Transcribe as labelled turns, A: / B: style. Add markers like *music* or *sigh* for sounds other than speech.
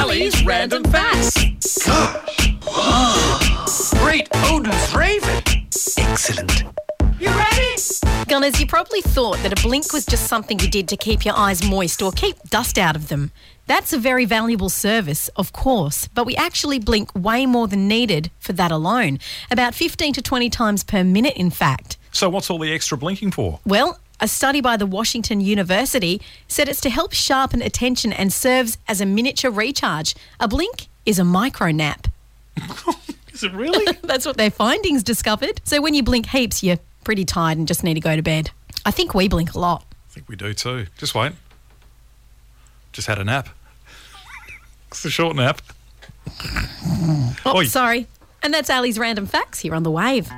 A: Sally's Random Facts.
B: Gosh. Great Odin's Raven. Excellent. You ready?
A: Gunners, you probably thought that a blink was just something you did to keep your eyes moist or keep dust out of them. That's a very valuable service, of course, but we actually blink way more than needed for that alone. About 15 to 20 times per minute, in fact.
C: So what's all the extra blinking for?
A: Well, a study by the Washington University said it's to help sharpen attention and serves as a miniature recharge. A blink is a micro nap.
C: Is it *laughs* really?
A: That's what their findings discovered. So when you blink heaps, you're pretty tired and just need to go to bed. I think we blink a lot.
C: I think we do too. Just wait. Just had a nap. *laughs* it's a short nap.
A: Oh,
C: Oi. Oh,
A: sorry. And that's Ali's random facts here on the wave.